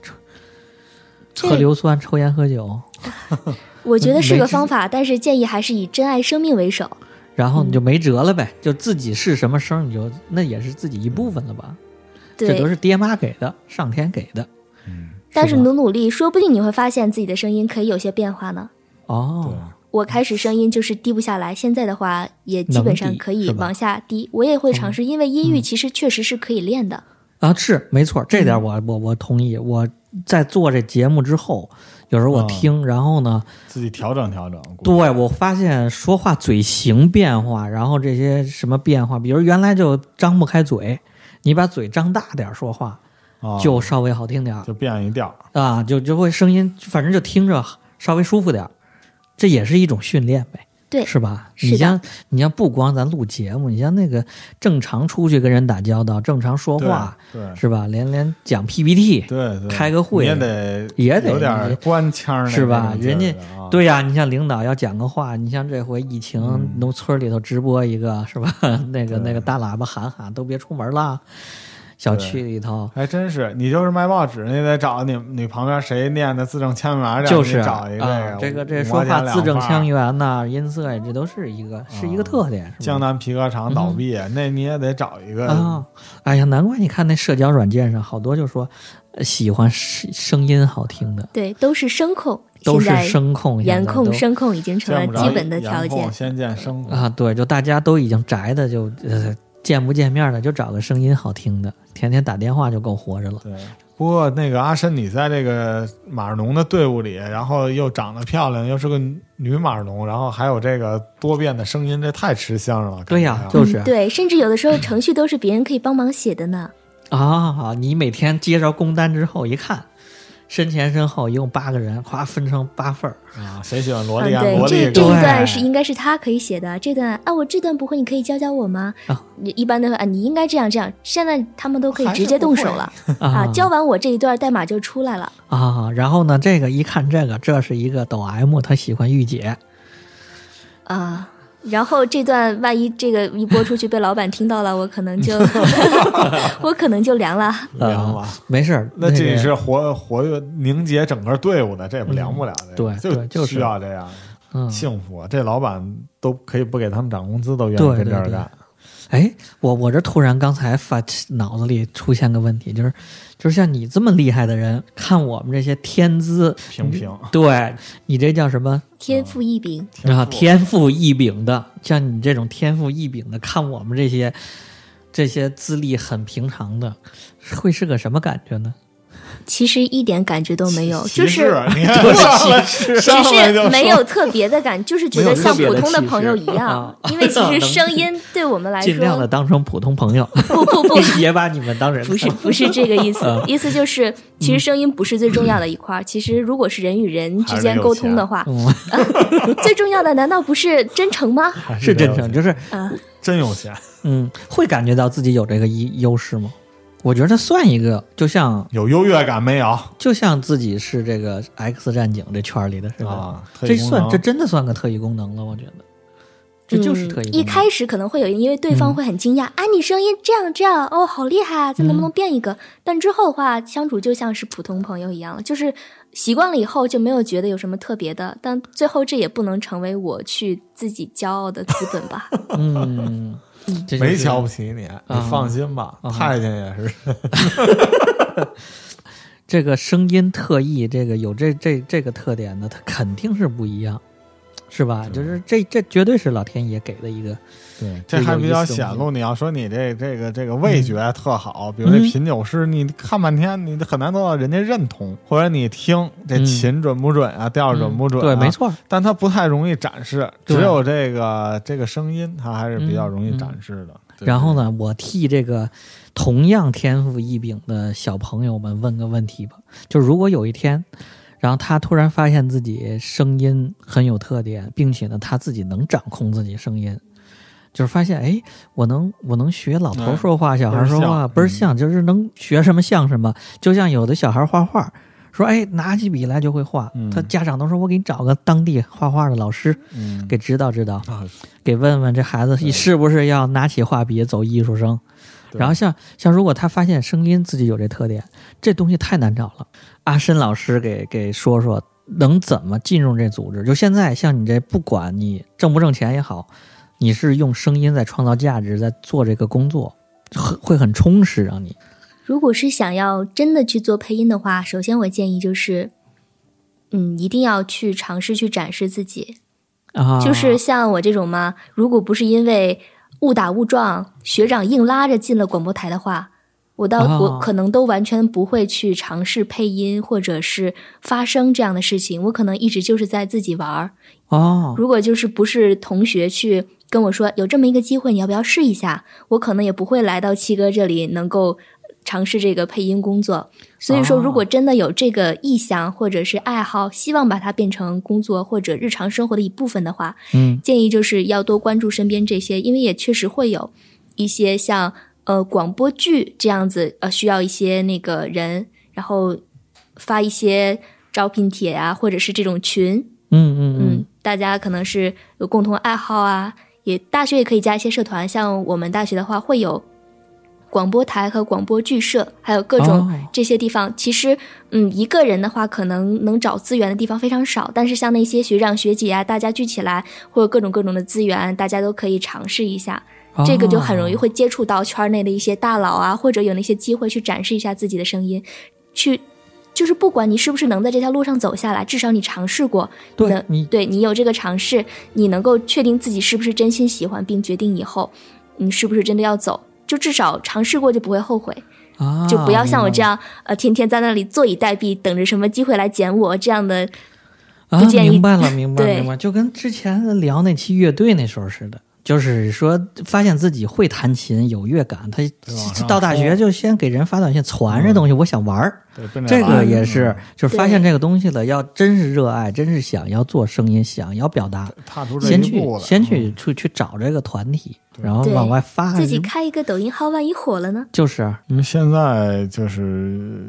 D: 这
B: 喝硫酸，抽烟，喝酒，
D: 我觉得是
B: 没
D: 个方法，但是建议还是以珍爱生命为首。
B: 然后你
C: 嗯
B: 就没辙了呗，就自己是什么声，你就那也是自己一部分了吧？这都
D: 对，
B: 是爹妈给的，上天给的。
D: 但是
B: 吧
D: 努努力，说不定你会发现自己的声音可以有些变化呢。
B: 哦，
D: 我开始声音就是低不下来，现在的话也基本
B: 能
D: 上
B: 低
D: 可
B: 是
D: 以
B: 吧嗯
D: 往下低。我也会尝试，因为音域其实确实是可以练的。
B: 啊，是没错，这
C: 嗯
B: 点我我我同意。我在做这节目之后，有时候我
C: 啊
B: 听，然后呢，
C: 自己调整调整。估计
B: 对我发现说话嘴型变化，然后这些什么变化，比如原来就张不开嘴，你把嘴张大点儿说话，
C: 啊
B: 就稍微好听点儿
C: 就变一调儿。
B: 啊，就就会声音，反正就听着稍微舒服点儿，这也是一种训练呗。
D: 对
B: 是吧？
D: 是
B: 你
D: 的
B: 像你像不光咱录节目，你像那个正常出去跟人打交道，正常说
C: 对
B: 话
C: 对
B: 是吧？连连讲 PPT，
C: 对对，
B: 开个会
C: 你也得
B: 也得
C: 有点儿官腔儿那
B: 是吧
C: 那种劲儿
B: 人
C: 的啊
B: 对呀、你像领导要讲个话，你像这回疫情，
C: 嗯
B: 农村里头直播一个是吧？ 那个那个大喇叭喊喊，都别出门啦，小区里头
C: 还真是，你就是卖报纸，你得找你你旁边谁念的字正腔圆点儿，
B: 就是
C: 你找一
B: 啊，这
C: 这个
B: 个
C: 五
B: 这
C: 毛
B: 说
C: 钱
B: 话
C: 两
B: 字正
C: 块儿嗯
B: 腔圆呐、音色呀，这都是一个是一个特点，是
C: 江
B: 吧？
C: 南皮革厂倒闭，那你也得找一个。
B: 啊，哎呀，难怪你看那社交软件上好多就说呃喜欢声声音好听的，
D: 对，都是声控，
B: 都是
D: 现在
B: 声控，
D: 颜
B: 现在都
D: 控、声控已经成
C: 见不
D: 了
C: 着
D: 基本的条
C: 颜控
D: 件。
C: 先见声控
B: 啊，对，就大家都已经宅的就呃见不见面的就找个声音好听的，天天打电话就够活着了。
C: 对，不过那个阿深，你在这个马尔农的队伍里，然后又长得漂亮，又是个女马尔农，然后还有这个多变的声音，这太吃香了。
B: 对呀、
C: 感觉啊
B: 就是
D: 嗯对，甚至有的时候程序都是别人可以帮忙写的呢。
B: 啊，你每天接着工单之后一看，身前身后一共八个人，咵分成八份儿。
C: 啊，谁喜欢萝
D: 嗯，
C: 莉啊？
D: 对
C: 萝，莉
D: 这
B: 个
D: 这
B: 对
D: 一段是应该是他可以写的。这段啊，我这段不会，你可以教教我吗
B: 啊？
D: 你一般都会啊，你应该这样这样。现在他们都可以
C: 还是
D: 直接
C: 不
D: 动
C: 会
D: 手了
B: 啊
D: 啊，教完我这一段代码就出来了。
B: 啊，然后呢，这个一看这个，这是一个抖 M，他喜欢御姐
D: 啊。然后这段万一这个一播出去被老板听到了，我可能就我可能就凉了。
C: 凉了
B: 啊，没事儿，
C: 嗯那
B: 个
C: 这是活活跃凝结整个队伍的，这也不凉不了
B: 嗯
C: 的、
B: 对对
C: 就
B: 就是
C: 需要这样、
B: 嗯，
C: 幸福。这老板都可以不给他们涨工资，都愿
B: 对
C: 意跟
B: 对
C: 这儿
B: 对
C: 干。
B: 哎，我我这突然刚才发脑子里出现个问题，就是就是像你这么厉害的人，看我们这些天资，嗯
C: 平平，
B: 对你这叫什么？
D: 天赋异禀，
B: 哦
C: 天赋
B: 啊，天赋异禀的，像你这种天赋异禀的，看我们这些这些资历很平常的，会是个什么感觉呢？
D: 其实一点感觉都没有，哦就
C: 歧视啊
D: 是
C: 你看上来
D: 只
C: 上来就说
D: 是没有特别的感，就是觉得像普通的朋友一
B: 没有特别的歧视
D: 样
B: 啊，
D: 因为其
B: 能
D: 实声音对我们来
B: 尽量
D: 说
B: 的当成普通 朋友，
D: 不不不
B: 别把你们当 人
D: 不是
B: 看
D: 不是这个意思
B: 啊，
D: 意思就是其实声音不是最重要的一块儿。其实如果是人与人之间沟通的话，呃
B: 嗯
D: 最重要的难道不是真 诚吗？
C: 还
B: 是真
C: 有
B: 诚，
C: 钱
B: 就是
C: 真有钱，
B: 嗯，会感觉到自己有这个优优势吗？我觉得算一个，就像
C: 有优越感没有
B: 就像自己是这个 X 战警这圈儿里的是吧？
C: 啊？特
B: 这
C: 异功
B: 算
C: 能
B: 这真的算个特异功能了，我觉得，这就是
D: 嗯
B: 特异功能。
D: 一开始可能会有，因为对方
B: 嗯嗯
D: 会很惊讶啊，你声音这样这样，哦，好厉害啊，这能不能变一个？但之后的话，相处就像是普通朋友一样了，就是习惯了以后就没有觉得有什么特别的。但最后这也不能成为我去自己骄傲的资本吧。
B: 嗯，这就是
C: 没瞧不起你，你
B: 啊
C: 放心吧，
B: 啊
C: 太监也是
B: 这个声音特异，这个有这这这个特点的，它肯定是不一样，是吧？就是这这绝对是老天爷给的一个，
C: 对，这还比较显露。你要说你这这个这个味觉特好，比如
B: 嗯
C: 这品酒师，你看半天，你很难做到人家认同，或者你听这
B: 嗯
C: 琴准不准啊，调准不准？
B: 对，没。错，
C: 但它不太容易展示，只
B: 对
C: 有这个这个声音，它还是比较容易
B: 嗯嗯
C: 展示的。对
B: 然后？呢，我替这个同样天赋异禀的小朋友们问个问题吧，就如果有一天，然后他突然发现自己声音很有特点，并且呢，他自己能掌控自己声音。就是发现，哎，我能我能学老头
C: 嗯
B: 说话，小孩说话
C: 倍
B: 倍
C: 儿
B: 儿像，
C: 像
B: 就是能学什么像什么。就像有的小孩画画，说哎拿起笔来就会画，
C: 嗯
B: 他家长都说我给你找个当地画画的老师
C: 嗯，
B: 给指导指导。
C: 啊，
B: 给问问这孩子
C: 对
B: 是不是要拿起画笔走艺术生。
C: 对
B: 然后像像如果他发现声音自己有这特点，这东西太难找了。阿深老师给给说说，能怎么进入这组织？就现在像你这，不管你挣不挣钱也好，你是用声音在创造价值，在做这个工作，很会很充实啊你。
D: 如果是想要真的去做配音的话，首先我建议就是，嗯，一定要去尝试去展示自己。
B: 啊，
D: 就是像我这种嘛，如果不是因为误打误撞，学长硬拉着进了广播台的话，我到、
B: 啊
D: 我可能都完全不会去尝试配音或者是发声这样的事情。我可能一直就是在自己玩儿。
B: 哦，
D: 如果就是不是同学去跟我说有这么一个机会，你要不要试一下？我可能也不会来到七哥这里能够尝试这个配音工作。所以说，
B: 哦
D: 如果真的有这个意向或者是爱好，希望把它变成工作或者日常生活的一部分的话，
B: 嗯
D: 建议就是要多关注身边这些，因为也确实会有一些像呃广播剧这样子，呃需要一些那个人，然后发一些招聘帖啊，或者是这种群，
B: 嗯嗯
D: 嗯，大家可能是有共同爱好啊，也大学也可以加一些社团，像我们大学的话会有广播台和广播剧社，还有各种
B: 哦
D: 这些地方。其实，嗯，一个人的话可能能找资源的地方非常少，但是像那些学长学姐啊，大家聚起来会有各种各种的资源，大家都可以尝试一下。
B: 嗯，
D: 这个就很容易
B: 哦
D: 会接触到圈内的一些大佬啊，或者有那些机会去展示一下自己的声音，去就是不管你是不是能在这条路上走下来，至少你尝试过，
B: 对
D: 能
B: 你
D: 对你有这个尝试，你能够确定自己是不是真心喜欢，并决定以后你是不是真的要走。就至少尝试过就不会后悔，
B: 啊，
D: 就不要像我这
B: 样。
D: 样，呃，天天在那里坐以待毙，等着什么机会来捡我这样的。
B: 啊，
D: 不建议
B: 明白 了，明白了
D: 对
B: 明白了，就跟之前聊那期乐队那时候似的，就是说发现自己会弹琴，有乐感，他
C: 往上
B: 到大学
C: 冲
B: 就先给人发短信传这东西，我想玩儿。
C: 对奔
B: 这
C: 来
B: 个也
C: 嗯
B: 是，就是发现
D: 对
B: 这个东西了，要真是热爱，真是想要做声音，想要表达，
C: 踏出这
B: 先
C: 一
B: 去
C: 步了，嗯
B: 先去去去找这个团体，然后
D: 对
B: 往外发，
D: 自己开一个抖音号，万一火了呢？
B: 就是啊
C: 因为现在就是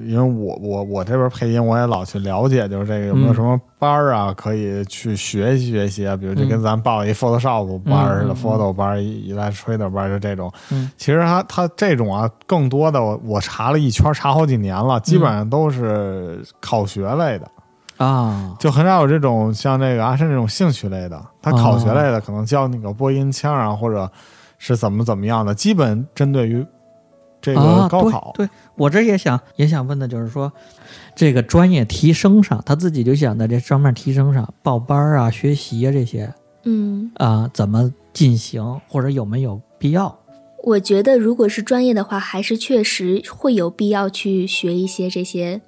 C: 因为我我我这边配音，我也老去了解，就是这个有没有
B: 嗯
C: 什么班儿啊，可以去学习学习啊。比如就跟咱报一 Photoshop 班儿
B: 嗯
C: 似的、
B: 嗯嗯嗯
C: p h o t o 班儿、Illustrator 班儿，就这种。
B: 嗯
C: 其实它它这种啊，更多的我我查了一圈，查好几年了，基
B: 嗯
C: 本上都是考学类的，
B: 啊
C: 就很少有这种像这个阿深这种兴趣类的。他考学
B: 哦
C: 类的可能教那个播音腔啊，或者是怎么怎么样的，基本针对于这个高
B: 对
C: 考。
B: 啊对我这也想也想问的就是说，这个专业提升上，他自己就想在这方面提升上报班儿啊、学习啊这些
D: 嗯，
B: 啊、怎么进行，或者有没有必要？
D: 我觉得如果是专业的话，还是确实会有必要去学一些这些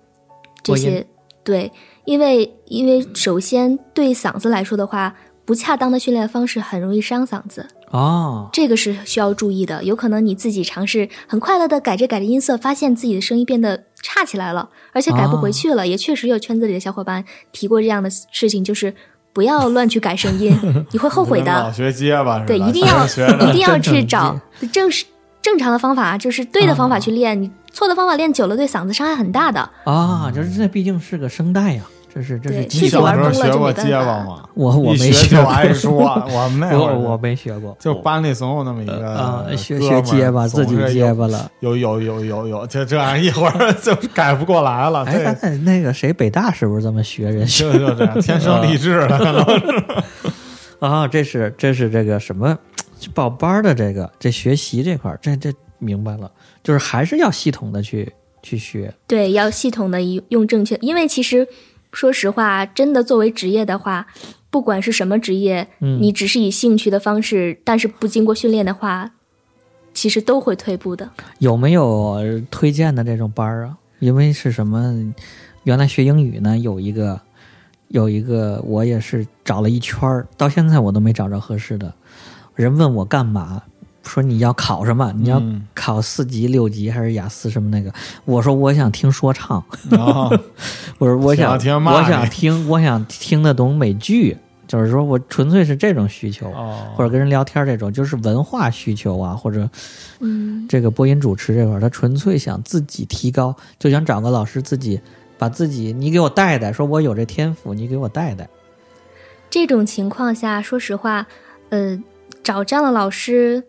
D: 这
B: 播
D: 些
B: 音
D: 对，因为因为首先对嗓子来说的话，不恰当的训练方式很容易伤嗓子。
B: 哦，
D: 这个是需要注意的。有可能你自己尝试很快乐的改着改着音色，发现自己的声音变得差起来了，而且改不回
C: 啊
D: 去了。也确实有圈子里的小伙伴提过这样的事情，就是不要乱去改声 音，你会后悔
C: 你们老
D: 的。
C: 学结巴是吧？
D: 对，一定要
C: 学着
D: 一定要
B: 真正
D: 去找正是正常的方法，就是对的方法去
C: 啊
D: 练。你错的方法练久了，对嗓子伤害很大的。
B: 啊，就是这毕竟是个声带呀，这是这是
D: 对
B: 基
C: 你
D: 自己
B: 础
C: 小
D: 玩
C: 时候
D: 崩了
C: 学
D: 就
C: 过
D: 没办
C: 结巴
D: 法
C: 吗？
B: 我我
C: 一
B: 没
C: 学
B: 学
C: 就
B: 过
C: 爱说，我们那会
B: 我
C: 儿
B: 我没学过，
C: 就班里总有那么一个
B: 啊
C: 呃
B: 学
C: 哥
B: 学
C: 们儿
B: 结巴自己
C: 总是
B: 结
C: 有
B: 巴了。
C: 有有有有有，这这样一会儿 就是改不过来了，
B: 哎，
C: 这
B: 咱咱那个谁北大是不是这么学人学
C: 就就这样，天生丽质的可能。
B: 啊？这是这是这个什么这报班儿的这个这学习这块儿，这这明白了，就是还是要系统的去去学，
D: 对，要系统的用正确，因为其实说实话，真的作为职业的话，不管是什么职业，
B: 嗯
D: 你只是以兴趣的方式，但是不经过训练的话，其实都会退步的。
B: 有没有呃推荐的这种班儿啊？因为是什么？原来学英语呢，有一个有一个，我也是找了一圈儿，到现在我都没找着合适的。人问我干嘛，说你要考什么？你要
C: 嗯
B: 考四级、六级还是雅思什么那个？我说我想听说唱，
C: 然后
B: 我说我想
C: 想听啊骂
B: 我
C: 你
B: 想听我想听得懂美剧，就是说我纯粹是这种需求，
C: 哦
B: 或者跟人聊天这种，就是文化需求啊，或者
D: 嗯，
B: 这个播音主持这块儿，他纯粹想自己提高，就想找个老师自己把自己，你给我带带，说我有这天赋，你给我带带。
D: 这种情况下，说实话，呃，找这样的老师，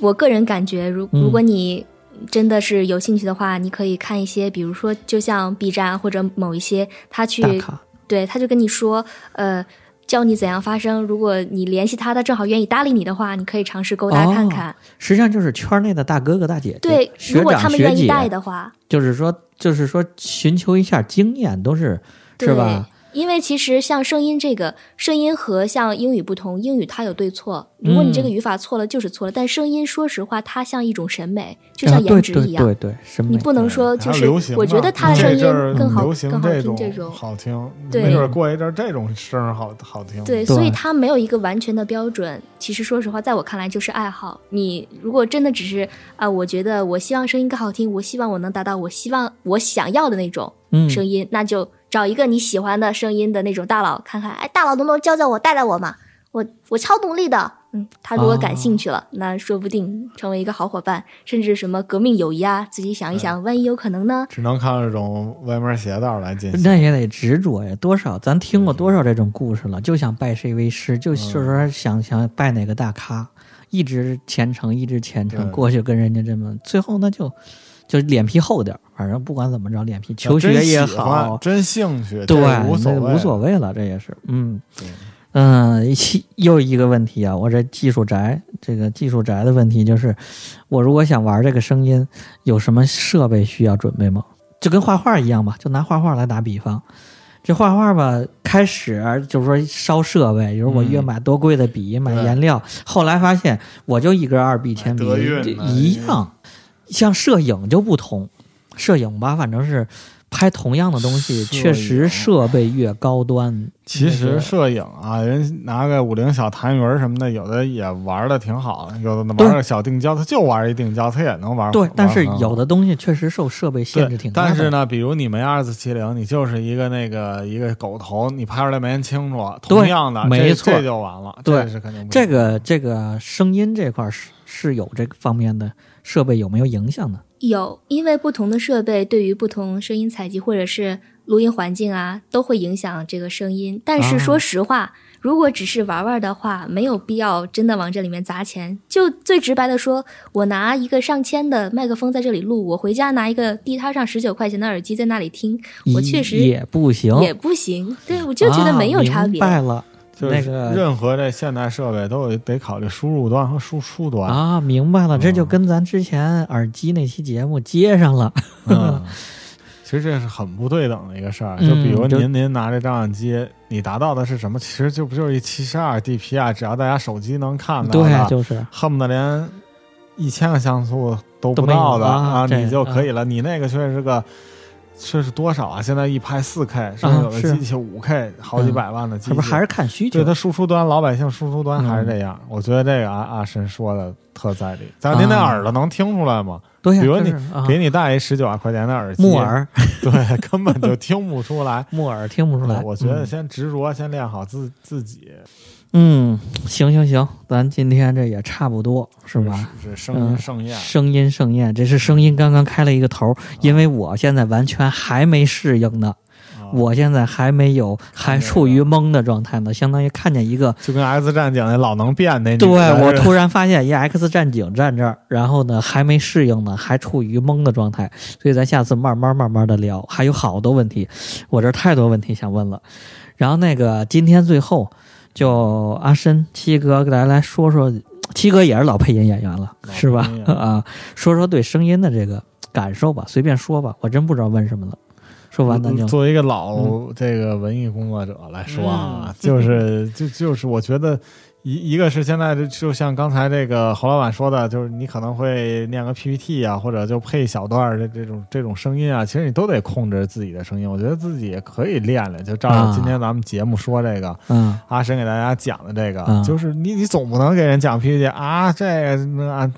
D: 我个人感觉，如
B: 嗯
D: 如果你真的是有兴趣的话，你可以看一些，比如说，就像 B 站或者某一些，他去
B: 大咖，
D: 对，他就跟你说，呃，教你怎样发声。如果你联系他，他正好愿意搭理你的话，你可以尝试勾搭看看。
B: 实际上就是圈儿内的大哥哥大姐姐，
D: 对，
B: 哦学
D: 如果他
B: 长
D: 们
B: 学
D: 愿意带
B: 姐，
D: 的话，
B: 就是说就是说寻求一下经验，都是
D: 对
B: 是吧？？
D: 因为其实像声音这个，声音和像英语不同，英语它有对错。如果你这个
B: 嗯
D: 语法错了，就是错了。但声音，说实话，它像一种审美，就
B: 啊
D: 像
B: 对
D: 颜值
B: 对
D: 一样，
B: 对对，审美
D: 你不能说 就
C: 还有
D: 是
C: 流行，啊
D: 我觉得他的
C: 这
D: 声音
C: 阵儿
D: 更好，
C: 流行
D: 更好听这
C: 种
D: 种。
C: 好听，
D: 对
C: 没准儿过一阵儿这种声儿好好听。
D: 对，所
B: 对
D: 以它没有一个完全的标准。其实说实话，在我看来就是爱好。你如果真的只是啊、我觉得我希望声音更好听，我希望我能达到我希望我想要的那种
B: 嗯
D: 声音，那就找一个你喜欢的声音的那种大佬看看。哎，
E: 哎，大佬能不能教教我、带带我嘛？我我超努力的。
D: 嗯，他如果感
B: 哦
D: 兴趣了，那说不定成为一个好伙伴，甚至什么革命友谊啊，自己想一想，万一有可能呢？
C: 只能靠这种歪门邪道来进行。
B: 那也得执着呀，多少咱听过多少这种故事了，就想拜谁为师，
C: 嗯
B: 就就是说想想拜哪个大咖，一直虔诚，一直虔诚
C: 对
B: 过去跟人家这么，最后那就就脸皮厚点儿，反正不管怎么着，脸皮求
C: 真
B: 学也
C: 喜欢
B: 好，
C: 真兴趣，
B: 对，
C: 这
B: 那
C: 无所
B: 个
C: 谓，
B: 无所谓了，这也是，嗯
C: 对
B: 嗯，一又一个问题啊，我这技术宅，这个技术宅的问题就是，我如果想玩这个声音，有什么设备需要准备吗？就跟画画一样吧，就拿画画来打比方，这画画吧，开始就是说烧设备，比如我越
C: 嗯
B: 买多贵的笔，买
C: 对
B: 颜料，后来发现我就一根二 B 铅笔
C: 德运
B: 这
C: 呢
B: 一样，像摄影就不同，摄影吧，反正是拍同样的东西，
C: 摄
B: 确实
C: 影
B: 设备越高端，
C: 其
B: 那
C: 实
B: 个
C: 摄影啊，人拿个五菱小弹圆儿什么的，有的也玩的挺好，有的
B: 对
C: 玩个小定焦，他就玩一定焦，他也能玩。
B: 对，但是
C: 玩很好
B: 有的东西确实受设备限制
C: 啊对
B: 挺，大的。
C: 但是，呢，比如你没二四七零，你就是一个那个一个狗头，你拍出来没人清楚。同样的，
B: 没
C: 这
B: 错
C: 这就完了，
B: 对
C: 这是肯定不行
B: 这个这个声音这块儿是是有这个方面的设备有没有影响呢？
D: 有，因为不同的设备对于不同声音采集或者是录音环境啊，都会影响这个声音。但
B: 啊
D: 是说实话，如果只是玩玩的话，没有必要真的往这里面砸钱。就最直白的说，我拿一个上千的麦克风在这里录，我回家拿一个地摊上十九块钱的耳机在那里听，我确实
B: 也不行，
D: 也不行。对，我就觉得没有差别。
B: 啊、明白了
C: 就
B: 那
C: 是
B: 个
C: 任何这现代设备都有得考虑输入端和输出端。
B: 啊，明白了，这就跟咱之前耳机那期节目接上了。
C: 嗯，其实这是很不对等的一个事儿。就比如
B: 嗯就
C: 您您拿着照相机，你达到的是什么？其实啊就不就是一七十二啊 DPI，只要大家手机能看到
B: 对，
C: 的，
B: 就是
C: 恨不得连一千个像素都
B: 都
C: 不
B: 没有
C: 到的
B: 啊
C: 啊，
B: 这
C: 你就可以了。你那个确实是个。这是多少啊？现在一拍四 K，甚至有的
B: 嗯是
C: 机器五 K，好几百万的机
B: 是
C: 器，
B: 不是还嗯是看需求
C: 对？它输出端老百姓输出端还是这样。我觉得这个阿阿神说的特在理。咱您那
B: 啊
C: 耳朵能听出来吗？
B: 对呀，
C: 比如
B: 这
C: 你
B: 是啊
C: 给你带一十九万块钱的耳机，
B: 木，耳，。
C: 对，根本就听不出来
B: 木耳听不出来。
C: 啊我觉得先执着，先练好自自己，
B: 嗯，嗯，行行行，咱今天这也差不多是吧？
C: 是？是声音
B: 嗯
C: 盛宴，
B: 声音盛宴，这是声音刚刚开了一个头儿，因为我现在完全还没适应呢，
C: 啊
B: 我现在还没有，还处于懵的状态呢，相当于看见一个，
C: 就跟 X 战警那老能变那女
B: 对
C: 的
B: 我
C: 似的
B: 突然发现一 X 战警站这儿，然后呢还没适应呢，还处于懵的状态，所以咱下次慢慢慢慢的聊，还有好多问题，我这儿太多问题想问了，然后那个今天最后就阿深七哥来来说说，七哥也是老配音演员了，是吧
C: 老配音？演员
B: 啊，说说对声音的这个感受吧，随便说吧，我真不知道问什么了。说完咱就
C: 嗯
B: 嗯
C: 作为一个老这个文艺工作者来说啊，就是就就是我觉得一一个是现在就就像刚才这个侯老板说的，就是你可能会念个 PPT 啊，或者就配一小段儿这这种这种声音啊，其实你都得控制自己的声音。我觉得自己也可以练练，就照
B: 啊
C: 着今天咱们节目说这个。
B: 嗯
C: 阿神给大家讲的这个，
B: 啊
C: 就是你你总不能给人讲 PPT 啊，这个那啊，
B: 啊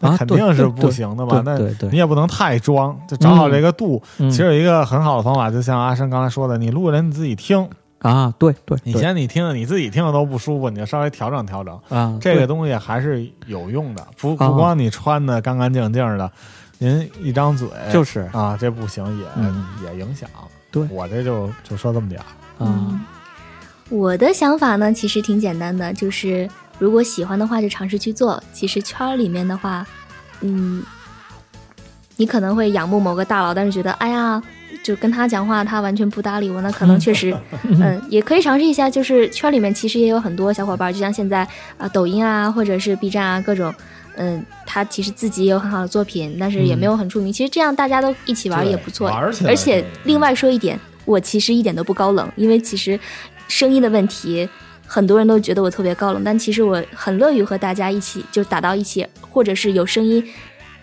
C: 那肯定是不行的吧？
B: 对
C: 那
B: 对对
C: 你也不能太装，就找好这个度。
B: 嗯
C: 其实有一个很好的方法，就像阿生刚才说的，你录了你自己听，
B: 啊，对对
C: 你
B: 对
C: 先你听着你自己听着都不舒服，你就稍微调整调整，
B: 啊，
C: 这个
B: 对
C: 东西还是有用的。不
B: 啊
C: 不光你穿的干干净净的，您一张嘴
B: 就是
C: 啊，这不行也、
B: 嗯
C: 也影响。
B: 对
C: 我这就就说这么点儿。
D: 嗯
B: 啊，
D: 我的想法呢，其实挺简单的，就是如果喜欢的话，就尝试去做。其实圈儿里面的话，嗯，你可能会仰慕某个大佬，但是觉得哎呀，就跟他讲话，他完全不搭理我，那可能确实，嗯，也可以尝试一下。就是圈儿里面其实也有很多小伙伴，就像现在啊、抖音啊，或者是 B 站啊，各种。嗯，他其实自己也有很好的作品，但是也没有很出名。其实这样大家都一起玩儿也不错，
F: 对嗯玩儿起来
D: 而
F: 可
D: 且
F: 以
D: 另外说一点，我其实一点都不高冷，因为其实声音的问题，很多人都觉得我特别高冷，但其实我很乐于和大家一起就打到一起，或者是有声音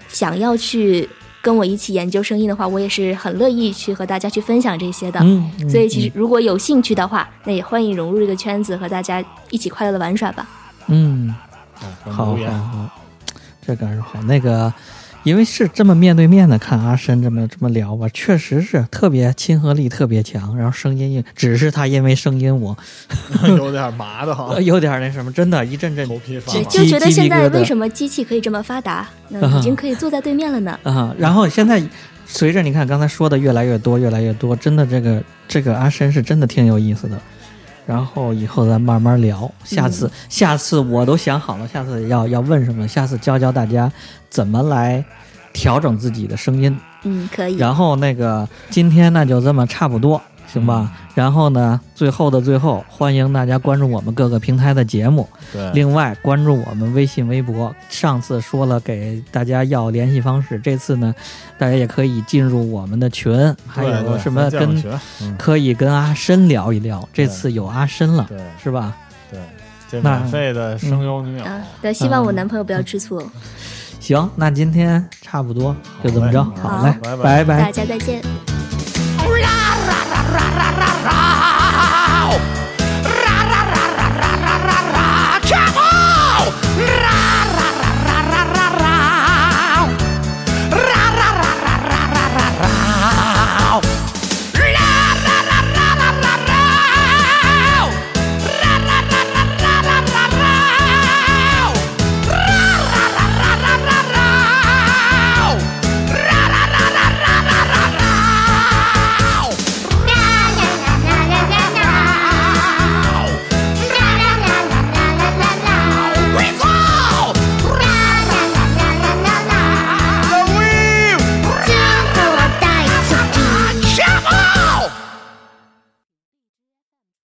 D: 想要去跟我一起研究声音的话，我也是很乐意去和大家去分享这些的。
B: 嗯，嗯
D: 所以其实如果有兴趣的话，那也欢迎融入这个圈子，和大家一起快乐的玩耍吧。
B: 嗯，
C: 我
B: 好
C: 啊留言
B: 好好，这感受好。那个，因为是这么面对面的看阿深这么这么聊吧，确实是特别亲和力特别强，然后声音也只是他因为声音我、
C: 有点麻的哈
B: 呃，有点那什么，真的，一阵阵
C: 啊头皮发
B: 对
D: 对，
C: 麻。
D: 就觉得
B: 鸡
D: 现在
B: 鸡皮疙瘩
D: 为什么机器可以这么发达，那已经可以坐在对面了呢？
B: 啊、然后现在随着你看刚才说的越来越多，越来越多，真的这个这个阿深是真的挺有意思的。然后以后咱慢慢聊，下
C: 嗯
B: 次、下次我都想好了，下次要要问什么，下次教教大家怎么来调整自己的声音。
D: 嗯，可以。
B: 然后那个今天那就这么差不多，行吧？
C: 嗯
B: 然后呢，最后的最后，欢迎大家关注我们各个平台的节目，
C: 对，
B: 另外关注我们微信、微博。上次说了给大家要联系方式，这次呢，大家也可以进入我们的群，还
C: 对
B: 有
C: 对
B: 什么
C: 咱建
B: 跟
C: 过群嗯
B: 可以跟阿深聊一聊。这
C: 对
B: 次有阿深了，
C: 对
B: 是吧？
C: 对，这
B: 那
C: 免费的声优女友，
D: 啊，但希望我男朋友不
B: 嗯
D: 要吃醋哦。
B: 行，那今天差不多就这么着，
C: 好
B: 好
C: 嘞
B: 嘞，拜
C: 好拜拜
B: 拜
D: 大家再见。
A: Ra ra ra ra ra ra ra, cha